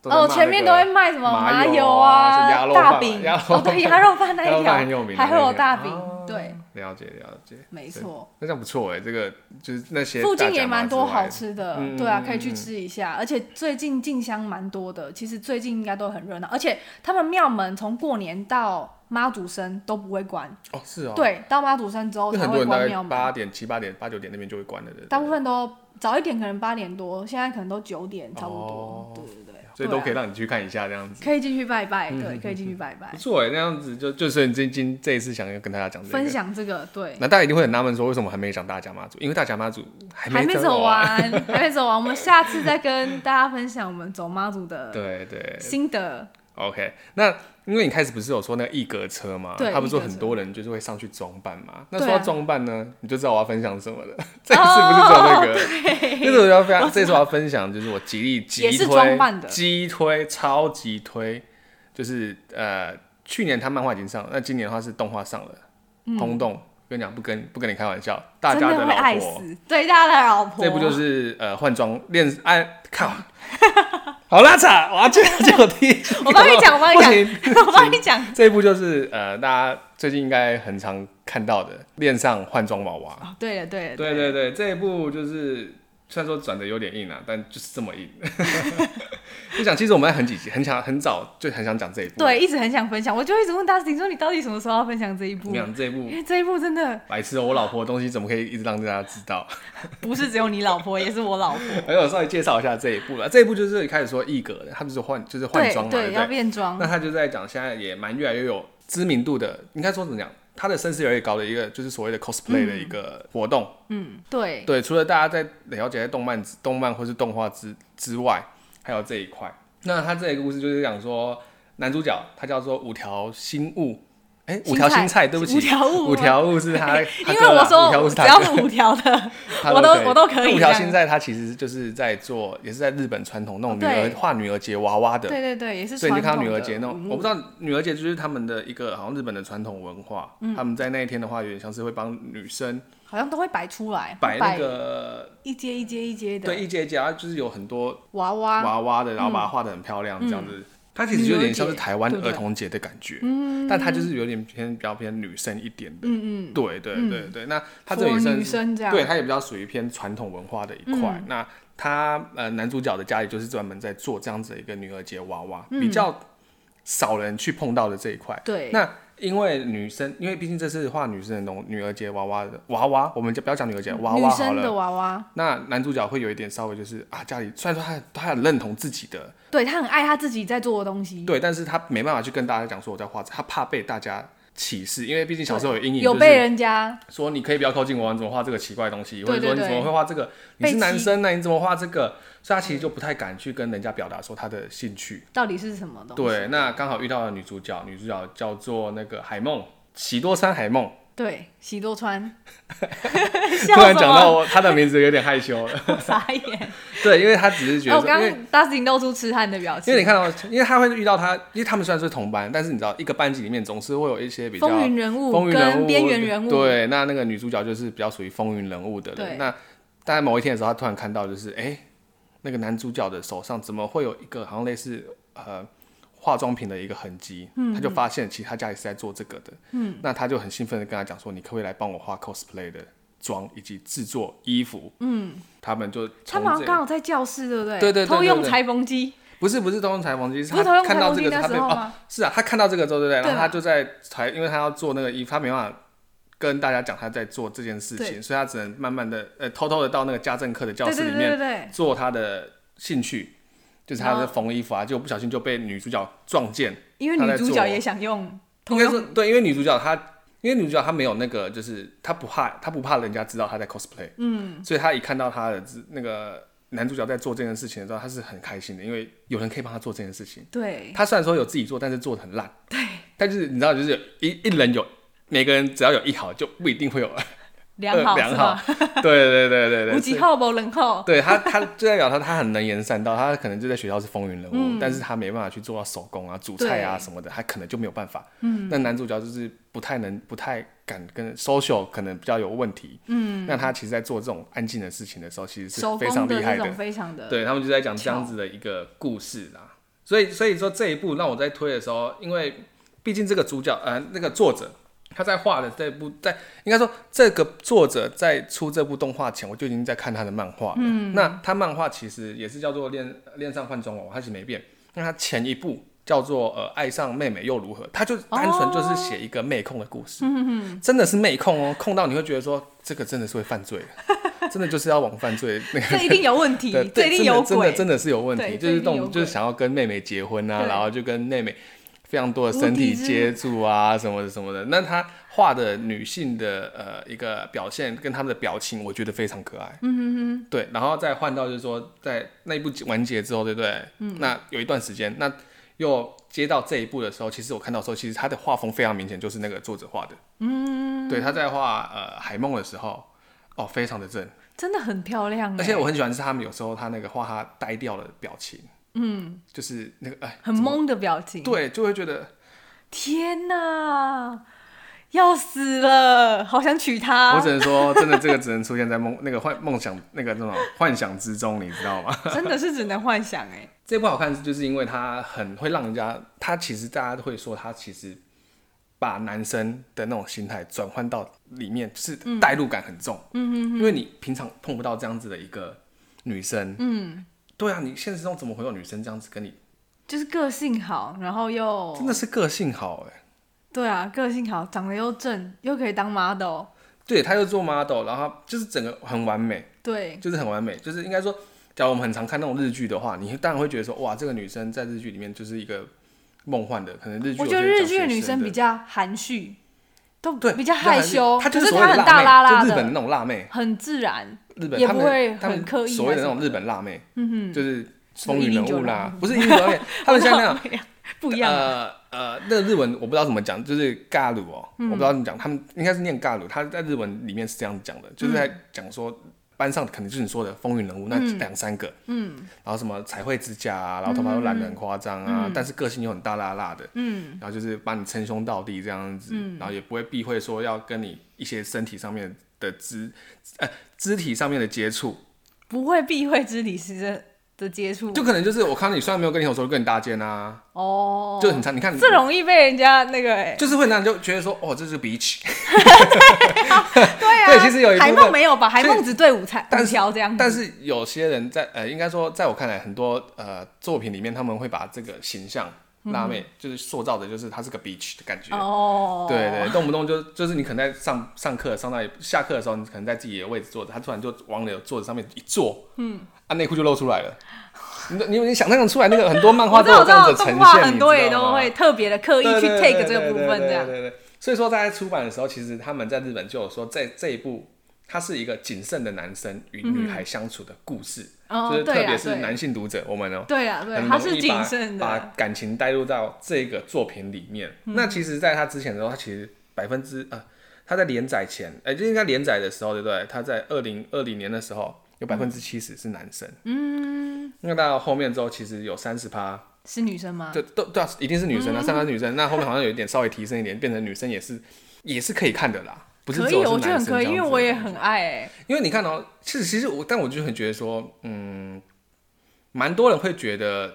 S2: 都在
S1: 哦，
S2: 骂
S1: 前面
S2: 那
S1: 都
S2: 个
S1: 会卖什么
S2: 麻
S1: 油
S2: 油
S1: 啊
S2: 啊、鸭肉饭
S1: 大
S2: 嘛
S1: 饼
S2: 鸭肉
S1: 哦，对，鸭肉饭那
S2: 然
S1: 一
S2: 后当
S1: 条
S2: 然很有名的那
S1: 还
S2: 个，
S1: 会有大饼，
S2: 啊
S1: 对，
S2: 了解了解，
S1: 没错。
S2: 那这样不错哎、这个就是那些
S1: 附
S2: 大
S1: 近
S2: 甲
S1: 也
S2: 妈
S1: 蛮
S2: 之
S1: 多
S2: 外
S1: 好
S2: 的，
S1: 吃的，
S2: 嗯
S1: 对啊
S2: 嗯，嗯
S1: 可以去吃一下。而且最近进香蛮多的，其实最近应该都很热闹。而且他们庙门从过年到妈祖生都不会关，
S2: 哦，是哦，，
S1: 对，到妈祖生之后
S2: 那
S1: 才
S2: 很
S1: 会
S2: 多人大
S1: 关庙
S2: 概八
S1: 门。
S2: 点、七八点、八九点那边就会关了，对不对
S1: 大部分都早一点，可能八点多，现在可能都九点差不
S2: 哦
S1: 多。对对对，
S2: 所以都可以
S1: 对啊
S2: 嗯
S1: 啊
S2: 让你去看一下这样子。
S1: 可以继续拜拜，对，可以继续拜拜
S2: 不，错哎，那样子就就是你今今这一次想要跟大家讲这个
S1: 分，享这个对。
S2: 那大家一定会很纳闷说为什么还没讲大甲妈祖？因为大甲妈祖还
S1: 还没
S2: 走哦
S1: 走啊完，还没走完，我们下次再跟大家分享我们走妈祖的
S2: 啊 对对
S1: 心得。
S2: ，OK。那因为你开始不是有说那个一格车吗？
S1: 对
S2: 他不是
S1: 一
S2: 说
S1: 格车
S2: 很多人就是会上去装扮嘛？那
S1: 对啊
S2: 说到装扮呢，你就知道我要分享 什么了。这一次不是只有那
S1: 哦
S2: 个，这次我要分享，这次我要分享就是我极力
S1: 也
S2: 急
S1: 是装扮的
S2: 推，激推，超级推，就是呃，去年他漫画已经上了，那今年的话是动画上了，轰动跟你讲，不跟不跟你开玩笑，大家
S1: 嗯真的会
S2: 老
S1: 爱
S2: 婆，
S1: 死，对大家的老婆，
S2: 这部就是呃换装练爱靠， 好拉扯，啊我 要这这我第一集，
S1: 我帮你讲，我帮你
S2: 不行
S1: 讲，我帮你讲。
S2: 这一部就是呃大家最近应该很常看到的恋上换装娃娃，
S1: 哦，对了对了，
S2: 对对对，这一部就是虽然说转的有点硬啊，但就是这么硬。就讲，其实 我们在很几集很想很早就很想讲这一部，，
S1: 对，一直很想分享，我就一直问大师，你说你到底什么时候要分享这一部？
S2: 讲这一部
S1: 因为这一部真的
S2: 白痴哦、我老婆的东西怎么可以一直让大家知道？ 不
S1: 不是只有你老婆，也是我老婆。
S2: 而且我稍微介绍一下这一部了，这一部就是一开始说一格的，他不是换就是换装嘛，
S1: 对，
S2: 不
S1: 要
S2: 对？
S1: 变装
S2: 那。他就在讲现在也蛮越来越有知名度的，应该说怎么讲？他的声势越来越高的一个就是所谓的 cosplay 的一个活动，
S1: 嗯，对，
S2: 对，除了大家在了解在动漫之、动漫或是动画之之外，还有这一块。那他这一个故事就是讲说，男主角他叫做五条新悟，哎、五条新菜，对不起，
S1: 五条悟，
S2: 五，条 悟是他，
S1: 因
S2: 他
S1: 为
S2: 哥啦
S1: 我
S2: 五
S1: 说
S2: 条悟是
S1: 只
S2: 他
S1: 要
S2: 哥
S1: 是五条 的，
S2: 他
S1: 我都
S2: 可以
S1: 我都可以
S2: 五条
S1: 这样
S2: 新菜他其实就是在做，也是在日本传统那种女
S1: 对
S2: 儿画女儿节娃娃的，
S1: 对对对，也是
S2: 所以
S1: 传
S2: 你看
S1: 统的嗯
S2: 到女儿节那
S1: 舞
S2: 种，
S1: 步
S2: 我不知道女儿节就是他们的一个好像日本的传统文化，
S1: 嗯
S2: 他们在那一天的话，有点像是会帮女生
S1: 好像都会摆出来，
S2: 摆那个
S1: 一阶一阶一阶的
S2: 对一节节啊，就是有很多
S1: 娃娃，
S2: 娃娃的，然后把它画的很漂亮，这样
S1: 嗯
S2: 子。它其实有点像是台湾的儿童节的感觉，但它就是有点偏比较偏女生一点的，
S1: 嗯嗯，
S2: 对对对对。那它这
S1: for
S2: 也算
S1: 女
S2: 是
S1: 生这样，嗯
S2: 对，它也比较属于偏传统文化的一块。那他呃，男主角的家里就是专门在做这样子的一个女儿节娃娃，比较少人去碰到的这一块。
S1: 对，
S2: 那因为女生，因为毕竟这是画女生的那种女儿节娃娃的娃娃，我们就不要讲女儿节娃
S1: 女
S2: 娃好
S1: 生的
S2: 了。
S1: 娃娃，
S2: 那男主角会有一点稍微就是啊，家里虽然说他他很认同自己的
S1: 对她很爱她自己在做的东西，
S2: 对，但是他没办法去跟大家讲说我在画，他怕被大家歧视，因为毕竟小时候有阴影，
S1: 有
S2: 就
S1: 被
S2: 是
S1: 人家
S2: 说你可以不要靠近我，你怎么画这个奇怪的东西，
S1: 对对
S2: 或者说你怎么
S1: 对
S2: 会画这个？你
S1: 被
S2: 是男
S1: 欺
S2: 生呢、你怎么画这个？所以他其实就不太敢去跟人家表达说他的兴趣。
S1: 到底是什么东西，
S2: 对，那刚好遇到了女主角，女主角叫做那个海梦，喜多山海梦。
S1: 对，喜多川，
S2: 突
S1: 突
S2: 然讲到我她的名字有点害羞了，哦
S1: 我傻眼，
S2: 对，因为她只是觉
S1: 哎，
S2: 得
S1: 我
S2: 说，因
S1: 刚
S2: 为
S1: 刚 Dustin 露出痴汉的表
S2: 因为
S1: 情，
S2: 你看到，因为他会遇到他，因为他们虽然是同班，但是你知道一个班级里面总是会有一些比较
S1: 风云人物
S2: 风云人
S1: 跟
S2: 物
S1: 边缘人物，
S2: 对，那那个女主角就是比较属于风云人物的
S1: 对
S2: 人。那但某一天的时候，她突然看到就是，哎、那个男主角的手上怎么会有一个好像类似呃化妆品的一个痕迹？嗯，她就发现其实她家里是在做这个的。嗯，那她就很兴奋的跟他讲说，你可不可以来帮我画 cosplay 的妆以及制作衣服？嗯，他们就
S1: 他
S2: 从
S1: 们好像
S2: 这
S1: 刚好在教室，对不对？
S2: 对对对对
S1: 偷用
S2: 对
S1: 裁缝机，
S2: 不是不是东用裁缝机，
S1: 不是偷
S2: 他
S1: 用
S2: 看
S1: 裁
S2: 到
S1: 缝
S2: 这
S1: 机
S2: 个
S1: 那
S2: 他
S1: 时
S2: 被
S1: 候
S2: 哦
S1: 吗？
S2: 是啊，他看到这个之后，对不
S1: 对
S2: 对？然后他
S1: 嘛
S2: 就在才，因为他要做那个衣服，他没办法跟大家讲他在做这件事情，所以他只能慢慢的，呃，偷偷的到那个家政课的哦教
S1: 对
S2: 室
S1: 对
S2: 里
S1: 对对
S2: 面
S1: 对，
S2: 做他的兴趣，就是
S1: 然
S2: 他
S1: 后
S2: 在缝衣服啊，就不小心就被女主角撞见。
S1: 因为
S2: 他
S1: 女
S2: 在
S1: 主
S2: 做
S1: 角也想用
S2: 应
S1: 同
S2: 该
S1: 样
S2: 说对，因为女主角她，因为女主角她没有那个，就是她不怕，她不怕人家知道她在 cosplay，嗯，所以她一看到她的自那个男主角在做这件事情的时候，她是很开心的，因为有人可以帮她做这件事情。
S1: 对
S2: 他虽然说有自己做，但是做的很烂。对，但就是你知道，就是有一一人有每个人只要有一好，就不一定会有二
S1: 良好
S2: 两
S1: 是
S2: 好
S1: 吧？。
S2: 对对对对对，
S1: 无极
S2: 所以
S1: 后不冷后，
S2: 对他，他就代表他他很能言善道，他可能就在学校是风云人物，但是他没办法去做到手工啊、煮菜啊
S1: 嗯对
S2: 什么的，他可能就没有办法。嗯，那男主角就是不太能、不太敢跟 social 可能比较有问题。嗯，那他其实，在做这种安静的事情的时候，其实是
S1: 手
S2: 非
S1: 工
S2: 常
S1: 的
S2: 厉害
S1: 那
S2: 的
S1: 种。非常的，
S2: 对他们就在讲这样子的一个故事啦。所以所以说这一部让我在推的时候，因为毕竟这个主角呃那个作者他在画的这部在应该说这个作者在出这部动画前，我就已经在看他的漫画了。嗯，那他漫画其实也是叫做恋恋上换装娃娃，他其实没变。那他前一部。叫做呃，爱上妹妹又如何？他就单纯就是写一个妹控的故事，哦嗯、真的是妹控哦，控到你会觉得说这个真的是会犯罪的，真的就是要往犯罪那个
S1: 这一定有问题
S2: 对，，
S1: 这一定有
S2: 真的真的
S1: 鬼，
S2: 真的是有问
S1: 对
S2: 题，就
S1: 这一
S2: 是
S1: 定有
S2: 动
S1: 鬼
S2: 就是想要跟妹妹结婚啊，
S1: 对
S2: 然后就跟妹妹非常多的身
S1: 无
S2: 体
S1: 地之
S2: 接触啊什么的什么的。那他画的女性的呃一个表现跟他们的表情，我觉得非常可爱。嗯哼哼，对，然后再换到就是说在那一部完结之后，对不对？嗯，那有一段时间，那又接到这一部的时候，其实我看到的时候，其实他的画风非常明显，就是那个作者画的。嗯，对，他在画呃海梦的时候，哦，非常的正。
S1: 真的很漂亮欸，
S2: 而且我很喜欢是他们有时候他那个画他呆掉的表情，嗯，就是那个哎，
S1: 很懵的表情，
S2: 对，就会觉得
S1: 天哪，要死了，好想娶
S2: 我
S1: 她
S2: 只，能说，真的这个只能出现在梦那个幻梦想那个那种幻想之中，你知道吗？
S1: 真的是只能幻想哎、
S2: 这部好看，就是因为它很会让人家，它其实大家都会说，它其实把男生的那种心态转换到里面，就是代入感很重。嗯嗯，因为你平常碰不到这样子的一个女生。嗯，对啊，你现实中怎么会有女生这样子跟你？
S1: 就是个性好，然后又
S2: 真的是个性好哎、
S1: 对啊，个性好，长得又正，又可以当 model，
S2: 对，他又做 model，然后她就是整个很完美。
S1: 对，
S2: 就是很完美，就是应该说，假如我们很常看那种日剧的话，你当然会觉得说，哇，这个女生在日剧里面就是一个梦幻的，可能日剧
S1: 我
S2: 有
S1: 觉得
S2: 些
S1: 日
S2: 小
S1: 剧的
S2: 学
S1: 女
S2: 生
S1: 生比较含蓄，都
S2: 对啊
S1: 比较害羞，
S2: 她
S1: 可
S2: 就是所谓
S1: 她
S2: 的
S1: 很
S2: 辣
S1: 大
S2: 妹
S1: 拉拉
S2: 就日本的
S1: 的，
S2: 那种辣妹，
S1: 很自然，
S2: 日本
S1: 也
S2: 他
S1: 不
S2: 们
S1: 会
S2: 他
S1: 很
S2: 们
S1: 刻意
S2: 所谓
S1: 还
S2: 的
S1: 是什
S2: 那种
S1: 么嗯
S2: 日本辣妹，嗯哼，就是风
S1: 一
S2: 云人
S1: 零九
S2: 物啦
S1: 辣，
S2: 不是英九妹，他们现在 那样
S1: 不一样啊，嗯
S2: 呃呃，那个日文我不知道怎么讲，就是尬鲁哦，我不知道怎么讲，他们应该是念尬鲁，他在日文里面是这样
S1: 嗯
S2: 讲的，就是在讲说班上可能就是你说的风云人物那两三个，嗯，然后什么彩绘指甲啊，然后头发又染得很夸张啊，但是个性又很大辣辣的，
S1: 嗯，
S2: 然后就是把你称兄道弟这样子，然后也不会避讳说要跟你一些身体上面的肢呃肢体上面的接触，
S1: 不会避讳肢体是的的接触，
S2: 就可能就是我看到你虽然没有跟你有时候跟你搭肩啊，
S1: 哦，
S2: 就很常你看
S1: 这容易被人家那个哎、
S2: 就是会让人就觉得说，哦，这是比起，
S1: 对啊，
S2: 对其实有一部
S1: 海
S2: 分
S1: 梦没有吧？海
S2: 所以
S1: 梦只对午餐
S2: 但
S1: 五
S2: 是
S1: 条这样子，
S2: 但是有些人在呃，应该说，在我看来，很多呃作品里面，他们会把这个形象辣妹、就是塑造的，就是她是个 bitch 的感觉。
S1: 嗯哦，
S2: 对对，动不动就就是你可能在上上课上到一下课的时候，你可能在自己的位置坐着，他突然就往你的桌子上面一坐，嗯，啊内裤就露出来了。你你你想象得出来那个很多漫
S1: 我
S2: 画
S1: 知
S2: 都
S1: 道，我
S2: 有
S1: 知
S2: 这样
S1: 道，
S2: 子
S1: 动
S2: 的呈现，
S1: 画很多也
S2: 你知道
S1: 都
S2: 吗
S1: 会特别的刻意
S2: 对
S1: 去
S2: 对
S1: take
S2: 对
S1: 这个部分，这样
S2: 对对对对对所以说，在出版的时候，其实他们在日本就有说，这这一部它是一个谨慎的男生与女孩相处的故事，
S1: 嗯哦
S2: 就是特
S1: 对啊
S2: 别是
S1: 对
S2: 男性读者，我们哦、
S1: 对啊，对，
S2: 很
S1: 他
S2: 容
S1: 是
S2: 易
S1: 谨
S2: 把
S1: 慎
S2: 把
S1: 的，嗯
S2: 感情带入到这个作品里面。那其实，在他之前的时候，他其实百分之呃，他在连载前，哎、就应该连载的时候，对不对？他在二零二零年的时候，有百分之七十是男生。嗯，那到后面之后，其实有三十趴
S1: 是女生吗？
S2: 对，都对啊，一定是女
S1: 嗯
S2: 生啊，上班是女生。那后面好像有一点稍微提升一点，变成女生也是也是可以看的啦，不是
S1: 可
S2: 只
S1: 以，
S2: 有
S1: 我
S2: 是
S1: 觉得
S2: 男
S1: 很
S2: 生
S1: 可以，
S2: 这
S1: 因为
S2: 样子
S1: 我也很爱哎，
S2: 因为你看哦，其实其实我，但我就很觉得说，嗯，蛮多人会觉得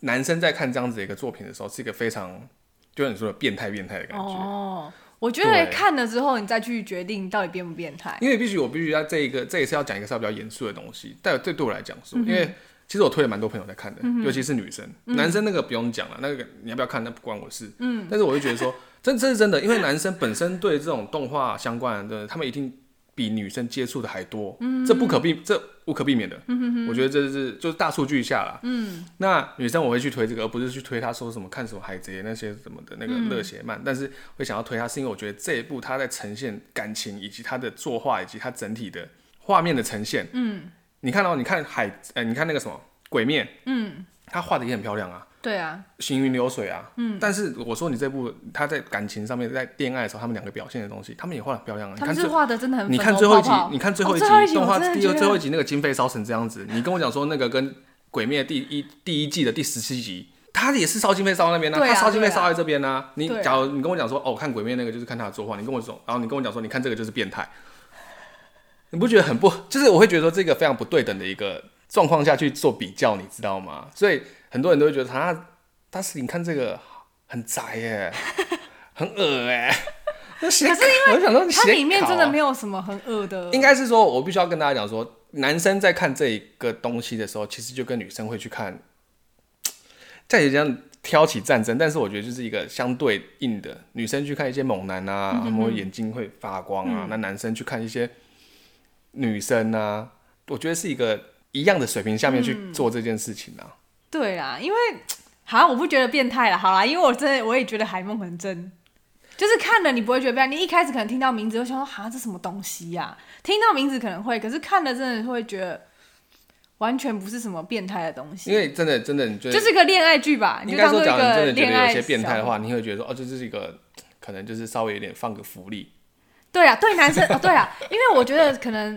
S2: 男生在看这样子的一个作品的时候，是一个非常就是你说的变态变态的感觉。
S1: 哦，我觉得
S2: 对
S1: 看了之后你再去决定到底变不变态，
S2: 因为必须我必须要这一个这一次要讲一个稍微比较严肃的东西，但对对我来讲说，因为其实我推了蛮多朋友在看的，尤其是女生，男生那个不用讲了，那个你要不要看那不关我事，嗯，但是我就觉得说，真这是真的，因为男生本身对这种动画相关的，他们一定比女生接触的还多，嗯，这不可避这无可避免的，嗯我觉得这是就是大数据下啦，嗯，那女生我会去推这个，而不是去推她说什么看什么海贼那些什么的那个热血漫，但是会想要推它，是因为我觉得这一部它在呈现感情以及它的作画以及它整体的画面的呈现，嗯，你看到、你看海，呃，你看那个什么鬼面，嗯，它画的也很漂亮啊，
S1: 对啊，
S2: 行云流水啊，嗯，但是我说你这部他在感情上面在恋爱的时候，他们两个表现的东西，他们也画的漂亮啊，你
S1: 他们
S2: 看最
S1: 是画的真的很粉
S2: 你
S1: 红
S2: 看最后一集
S1: 泡泡，
S2: 你看最
S1: 哦
S2: 后一集
S1: 后一集
S2: 动画
S1: 我真的
S2: 第二
S1: 觉
S2: 最后一
S1: 得
S2: 集那个经费烧成这样子，你跟我讲说那个跟《鬼灭》第一第一季的第十七集，他也是烧经费烧到那边呢、
S1: 对啊
S2: 他烧经费
S1: 对啊
S2: 烧在这边呢、你
S1: 对啊
S2: 假如你跟我讲说哦，看《鬼灭》那个就是看他的作画，你跟我说，然后你跟我讲说你看这个就是变态，你不觉得很不？就是我会觉得说这个非常不对等的一个状况下去做比较，你知道吗？所以很多人都会觉得他，但是你看这个很宅耶， 很恶 哎。可是因为我想说你
S1: 它
S2: 写
S1: 里面
S2: 考
S1: 真的
S2: 啊
S1: 没有什么很恶的，
S2: 应该是说，我必须要跟大家讲说，男生在看这一个东西的时候，其实就跟女生会去看，再也这样挑起战争，但是我觉得就是一个相对应的，女生去看一些猛男
S1: 嗯
S2: 啊，他们会眼睛会发光啊，那男生去看一些女生啊，我觉得是一个一样的水平下面
S1: 嗯
S2: 去做这件事情啊。
S1: 对啦，因为好像我不觉得变态了，好啦，因为我真的我也觉得海梦很真，就是看了你不会觉得变态，你一开始可能听到名字就想说哈这什么东西呀、听到名字可能会，可是看了真的会觉得完全不是什么变态的东西，
S2: 因为真的，真的，你觉得
S1: 就是个恋爱剧吧，你
S2: 应
S1: 就
S2: 该
S1: 当做
S2: 说，
S1: 一
S2: 假如你
S1: 个
S2: 真的觉
S1: 恋
S2: 得有
S1: 爱
S2: 些变态的
S1: 小，
S2: 话，你会觉得说，哦，这就是一个可能就是稍微有点放个福利，
S1: 对啊，对男生 哦，对啊，因为我觉得可能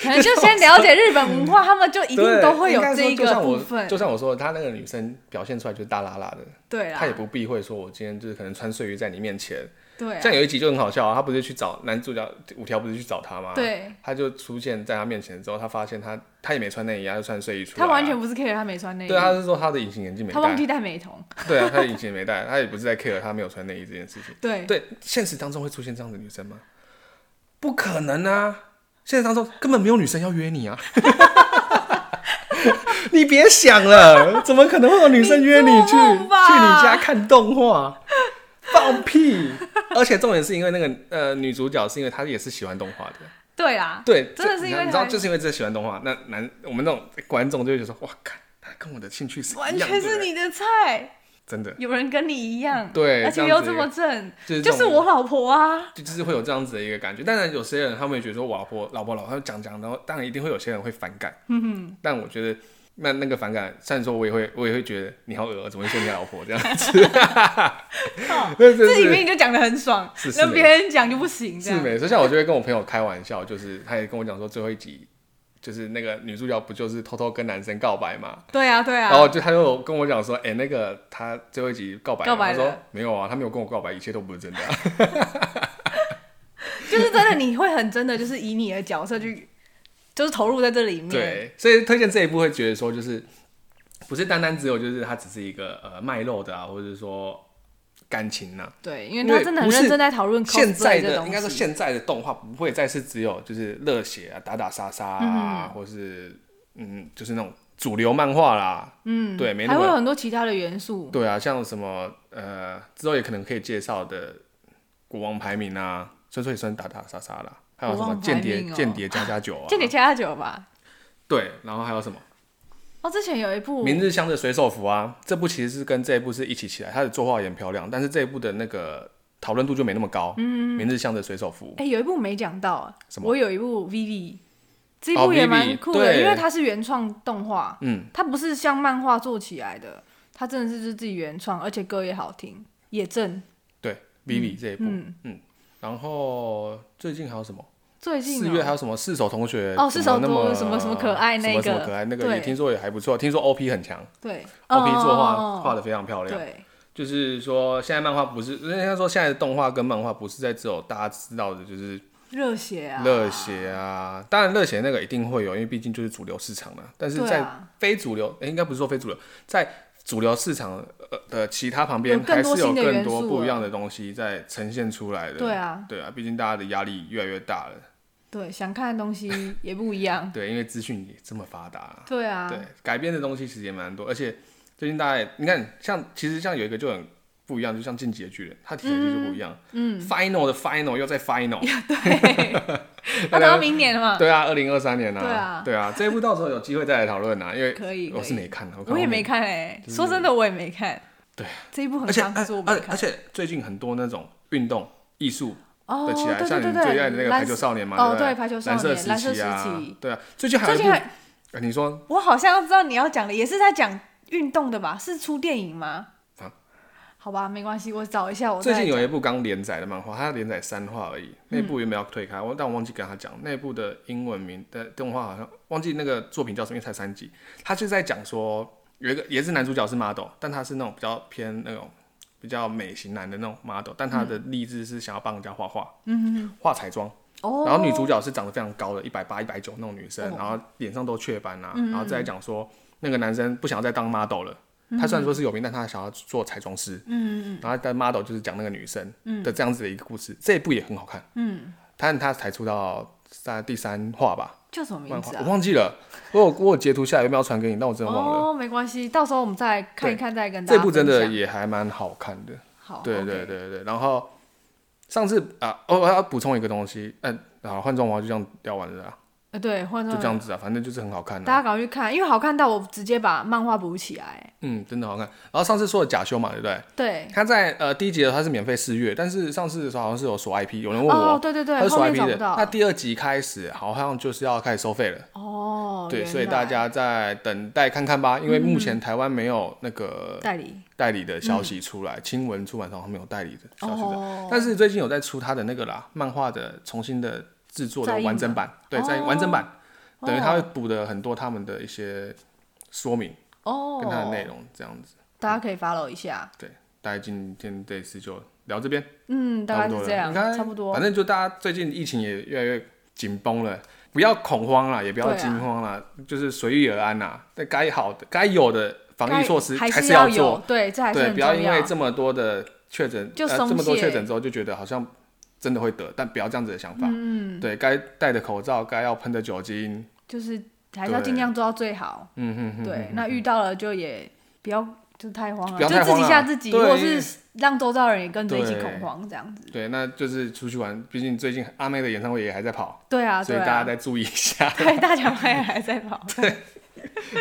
S1: 可能就先了解日本文化，他们就一定
S2: 对
S1: 都会有
S2: 应该说
S1: 这一
S2: 就
S1: 个
S2: 像
S1: 部
S2: 我
S1: 分，
S2: 就像我说，她那个女生表现出来就是大拉拉的，
S1: 对啦啊
S2: 她也，不避讳说，我今天就是可能穿睡衣在你面前，
S1: 对
S2: 像
S1: 啊，
S2: 有一集就很好笑啊，他不是去找男主角五条，不是去找他吗？，
S1: 对
S2: 他就出现在他面前之后，他发现他他也没穿内衣啊，他就穿睡衣出来啊、
S1: 他完全不是 care 他没穿内衣，
S2: 对，他啊是说他的隐形眼镜没
S1: 他忘
S2: 戴，
S1: 记戴美瞳，
S2: 对啊，他的隐形眼没戴，他也不是在 care 他没有穿内衣这件事情。
S1: 对，
S2: 对，现实当中会出现这样的女生吗？不可能啊！现实当中根本没有女生要约你啊！ 你别想了，怎么可能会有女生约你去去
S1: 你做
S2: 你
S1: 梦吧
S2: 家看动画？放屁！而且重点是因为那个呃女主角是因为她也是喜欢动画的，
S1: 对啦，
S2: 对，
S1: 真的
S2: 这
S1: 是
S2: 你
S1: 因
S2: 知道
S1: 为
S2: 你知道，
S1: 她
S2: 就是因为这喜欢动画，那男我们那种观众就会觉得说，哇，看他跟我的兴趣是一
S1: 完
S2: 样
S1: 全
S2: 的
S1: 是，你的菜，
S2: 真的
S1: 有人跟你一样，
S2: 对
S1: 而且
S2: 这样
S1: 又
S2: 子
S1: 这么正，
S2: 就是这
S1: 就
S2: 种
S1: 是我老婆啊，
S2: 就就是会有这样子的一个感觉。当然，有些人他们会觉得说我老婆老婆老婆讲讲，然后当然一定会有些人会反 感。嗯但我觉得那那个反感，虽然说我也会我也会觉得你好恶，怎么会说你老婆这样 子？
S1: 靠
S2: 对对
S1: 自己
S2: 对
S1: 明明就讲的很爽
S2: 是，是
S1: 那
S2: 没
S1: 别人讲就不行，这
S2: 是
S1: 样，
S2: 没错。像我就会跟我朋友开玩笑，就是他也跟我讲说最后一集。就是那个女主角不就是偷偷跟男生告白嘛，
S1: 对啊对啊，
S2: 然后就他就跟我讲说，哎、那个他最后一集告白了，
S1: 告白
S2: 他说
S1: 了
S2: 没有啊，他没有跟我告白，一切都不是真的、啊。
S1: 就是真的，你会很真的，就是以你的角色去，就是投入在这里面。，
S2: 对，所以推荐这一部会觉得说，就是不是单单只有就是它只是一个呃卖肉的啊，或者是说感情呐、
S1: 对，因为
S2: 因为
S1: 他真的很认真在讨论
S2: 现在
S1: 嗯 cosplay 这
S2: 的应
S1: 东
S2: 该说
S1: 西。
S2: 现在的动画不会再是只有就是热血啊、打打杀杀啊，或是嗯就是那种主流漫画啦。嗯，对，没那
S1: 还会有
S2: 么
S1: 很多其他的元素。
S2: 对啊，像什么呃之后也可能可以介绍的国王排名啊，虽然说也算打打杀杀啦，还有什
S1: 国
S2: 么
S1: 王排
S2: 间谍
S1: 名哦
S2: 间谍加加九啊，
S1: 间谍加加酒吧。
S2: 对，然后还有什么？
S1: 哦，之前有一部
S2: 明日香的水手服啊，这部其实是跟这一部是一起起来，它的作画也很漂亮，但是这一部的那个讨论度就没那么高。嗯，明日香的水手服，
S1: 哎、有一部没讲到啊
S2: 什，么
S1: 我有一部 Vivi，这一
S2: 哦
S1: 部也
S2: Vivi，
S1: 蛮酷的，
S2: 对
S1: 因为它是原创动画，
S2: 嗯，
S1: 它不是像漫画做起来的，它真的是就是自己原创，而且歌也好听，也正。
S2: 对，Vivi 这一部，
S1: 嗯，
S2: 然后最近还有什么？
S1: 最近
S2: 四
S1: 哦
S2: 月还有什么四手同学？
S1: 哦四手
S2: 怎么那么
S1: 多什么什么可爱那个
S2: 什么什么可爱那个
S1: 对
S2: 也听说也还不错，听说 OP 很强
S1: 对
S2: ，OP 作画
S1: 哦
S2: 画的非常漂亮。
S1: 对
S2: 就是说现在漫画不是，应该说现在的动画跟漫画不是在只有大家知道的，就是
S1: 热血啊，
S2: 热血啊，当然热血那个一定会有，因为毕竟就是主流市场嘛。但是
S1: 对
S2: 在
S1: 啊
S2: 非主流，诶应该不是说非主流，在主流市场呃的其他旁边
S1: 有更
S2: 还
S1: 多
S2: 是有
S1: 新的
S2: 更
S1: 元
S2: 多
S1: 素
S2: 不一
S1: 了
S2: 样的东西在呈现出来的。
S1: 对啊，
S2: 对啊，毕竟大家的压力越来越大了。。
S1: 对，想看的东西也不一样
S2: 对，因为资讯也这么发达啊、
S1: 对啊，
S2: 对，改编的东西其实也蛮多，而且最近大家也你看，像其实像有一个就很不一样，就像《进击的巨人》，它题材就是不一样。嗯，Final 的 Final 又在 Final，
S1: 那等到明年了嘛，
S2: 对啊，二零二三年啊，
S1: 对啊
S2: 这一部到时候有机会再来讨论啊，因为
S1: 可以
S2: 我
S1: 可以
S2: 是没看的，
S1: 我也没
S2: 看
S1: 看哎、说真的，我也没看。
S2: 对，
S1: 这一部
S2: 后
S1: 很
S2: 面，而且哎
S1: 刚，可是我
S2: 而
S1: 没
S2: 而而
S1: 看。
S2: 且最近很多那种运动艺术
S1: 哦，
S2: 的起来，
S1: 对
S2: 像
S1: 对
S2: 你
S1: 对
S2: 们
S1: 对，
S2: 最爱的那个
S1: 蓝
S2: 排球少年嘛，
S1: 哦
S2: 对不对，
S1: 对排球少年
S2: 蓝色时啊
S1: 蓝色时期，
S2: 对啊，最近还有
S1: 最
S2: 一
S1: 近
S2: 部，
S1: 还
S2: 呃你说
S1: 我好像知道你要讲的，也是在讲运动的吧？是出电影吗？
S2: 啊
S1: 好吧，没关系，我找一下。我再
S2: 最近有一部刚连载的漫画，它连载三话而已，那
S1: 嗯
S2: 部原本要推开，我、但我忘记跟他讲，那部的英文名的动画好像忘记那个作品叫什么，因为才三集。他就在讲说有一个也是男主角是 model，但他是那种比较偏那种比较美型男的那种 model，但
S1: 嗯
S2: 他的励志是想要帮人家画画，嗯，画彩妆。
S1: 哦，
S2: 然后女主角是长得非常高的，一百八、一百九那种女生，
S1: 哦嗯
S2: 然后脸上都雀斑啊，然后再讲说那个男生不想要再当 model 了，
S1: 嗯
S2: 他虽然说是有名，但他想要做彩妆师，嗯嗯，然后但 model 就是讲那个女生
S1: 嗯
S2: 的这样子的一个故事，这一部也很好看，嗯，但他才出到三第三话吧，
S1: 叫什么名
S2: 漫画
S1: 字
S2: 我
S1: 啊？
S2: 忘记了，我有我有截图下来，有没有传给你？但我真的忘了，
S1: 哦，没关系，到时候我们再看一看，再跟大家
S2: 这部真的
S1: 分享
S2: 也还蛮好看的，
S1: 好，
S2: 对
S1: OK
S2: 对，对对，然后上次啊，哦，我要补充一个东西，嗯、好，换装娃娃就这样聊完了啊啦。
S1: 呃对，换
S2: 就
S1: 成
S2: 这样子啊，反正就是很好看
S1: 大
S2: 啊，
S1: 家赶快去看，因为好看到我直接把漫画补起来。
S2: 嗯，真的好看。然后上次说的假修嘛，对不对？
S1: 对，
S2: 他在呃第一集的时候它是免费试阅，但是上次的时候好像是有锁 IP，有人问
S1: 哦
S2: 我，
S1: 对对
S2: 他
S1: 对，后
S2: 是锁
S1: 面
S2: IP
S1: 找不
S2: 的。那
S1: 到。
S2: 第二集开始好像就是要开始收费了，
S1: 哦，
S2: 对，
S1: 原
S2: 所以
S1: 来嗯
S2: 大家再等待看看吧，因为目前台湾没有那个
S1: 代理
S2: 代理的消息出来，新闻出版商他们有代理的消息出
S1: 嗯
S2: 来，
S1: 哦，
S2: 但是最近有在出他的那个啦，漫画的重新的制作的
S1: 再印
S2: 完整
S1: 吗
S2: 版，对，在完整版，等于他会补的很多他们的一些说明。
S1: 哦，
S2: 跟它的内容这样子。
S1: 大家可以 follow 一下。
S2: 对，大概今天这一次就聊这边，
S1: 嗯，大
S2: 差
S1: 概
S2: 不多
S1: 是
S2: 了
S1: 这样
S2: 你，看
S1: 差不多
S2: 反。正就大家最近疫情也越来越紧绷了，不要恐慌啦，也不要
S1: 对啊
S2: 惊慌啦，就是随遇而安啦。那该好的、该有的防疫措施
S1: 该还
S2: 是
S1: 要有
S2: 做，，
S1: 对，这还是
S2: 对，
S1: 很
S2: 不
S1: 重要。
S2: 因为这么多的确诊，
S1: 就
S2: 呃
S1: 松
S2: 这么多
S1: 懈
S2: 确诊之后就觉得好像真的会得，但不要这样子的想法。
S1: 嗯，
S2: 对该戴的口罩，该要喷的酒精，
S1: 就是还是要
S2: 对
S1: 尽量做到最好。
S2: 嗯哼哼，
S1: 对，那遇到了就也不要就太慌了，
S2: 不要
S1: 就
S2: 太
S1: 自
S2: 慌
S1: 己
S2: 啦
S1: 吓自己，
S2: 对
S1: 或者
S2: 因为
S1: 是让周遭人也跟着一起
S2: 对
S1: 恐慌这样子。
S2: 对，那就是出去玩，毕竟最近阿妹的演唱会也还在跑，
S1: 对啊，
S2: 所
S1: 对
S2: 以大家
S1: 啊，
S2: 再注意一下。
S1: 对大奖牌还在跑，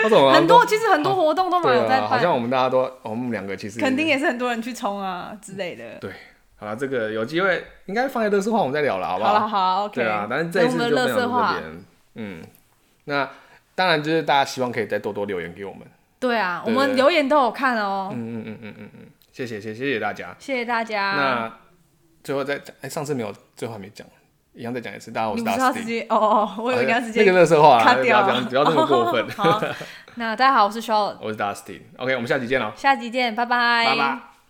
S2: 我怎么
S1: 很多其实很多活动都蛮
S2: 啊对
S1: 有在
S2: 啊，好像
S1: 办，
S2: 我们大家都，我们两个其实
S1: 肯定也是很多人去冲啊之类的。
S2: 对，好了，这个有机会应该放在乐色话我们再聊了，好不
S1: 好
S2: 好？
S1: 了好，OK。
S2: 对啊，但是这
S1: 那
S2: 一
S1: 我
S2: 次
S1: 们
S2: 就
S1: 的
S2: 分
S1: 乐
S2: 享
S1: 色
S2: 到
S1: 话
S2: 这，边。嗯，那当然就是大家希望可以再多多留言给我们。
S1: 对啊，我
S2: 对
S1: 们留言都有看哦，
S2: 嗯嗯嗯嗯嗯嗯，谢谢谢谢谢谢大家。
S1: 谢谢大家。
S2: 那最后再讲，哎，上次没有，最后还没讲，一样再讲一次。大家好，我
S1: 你
S2: 是
S1: 不
S2: 大
S1: 是要直。
S2: Steve
S1: 接哦哦，我以为你要直
S2: 那
S1: 接
S2: 个乐色话啦，
S1: 卡
S2: 不
S1: 掉
S2: 要这
S1: 啊
S2: 样，不要这么 过分。
S1: 好，那大家好，我是 Charlotte，
S2: 我是大 Steve，OK，我们下期见喽，哦
S1: 下集见，拜拜，
S2: 拜拜。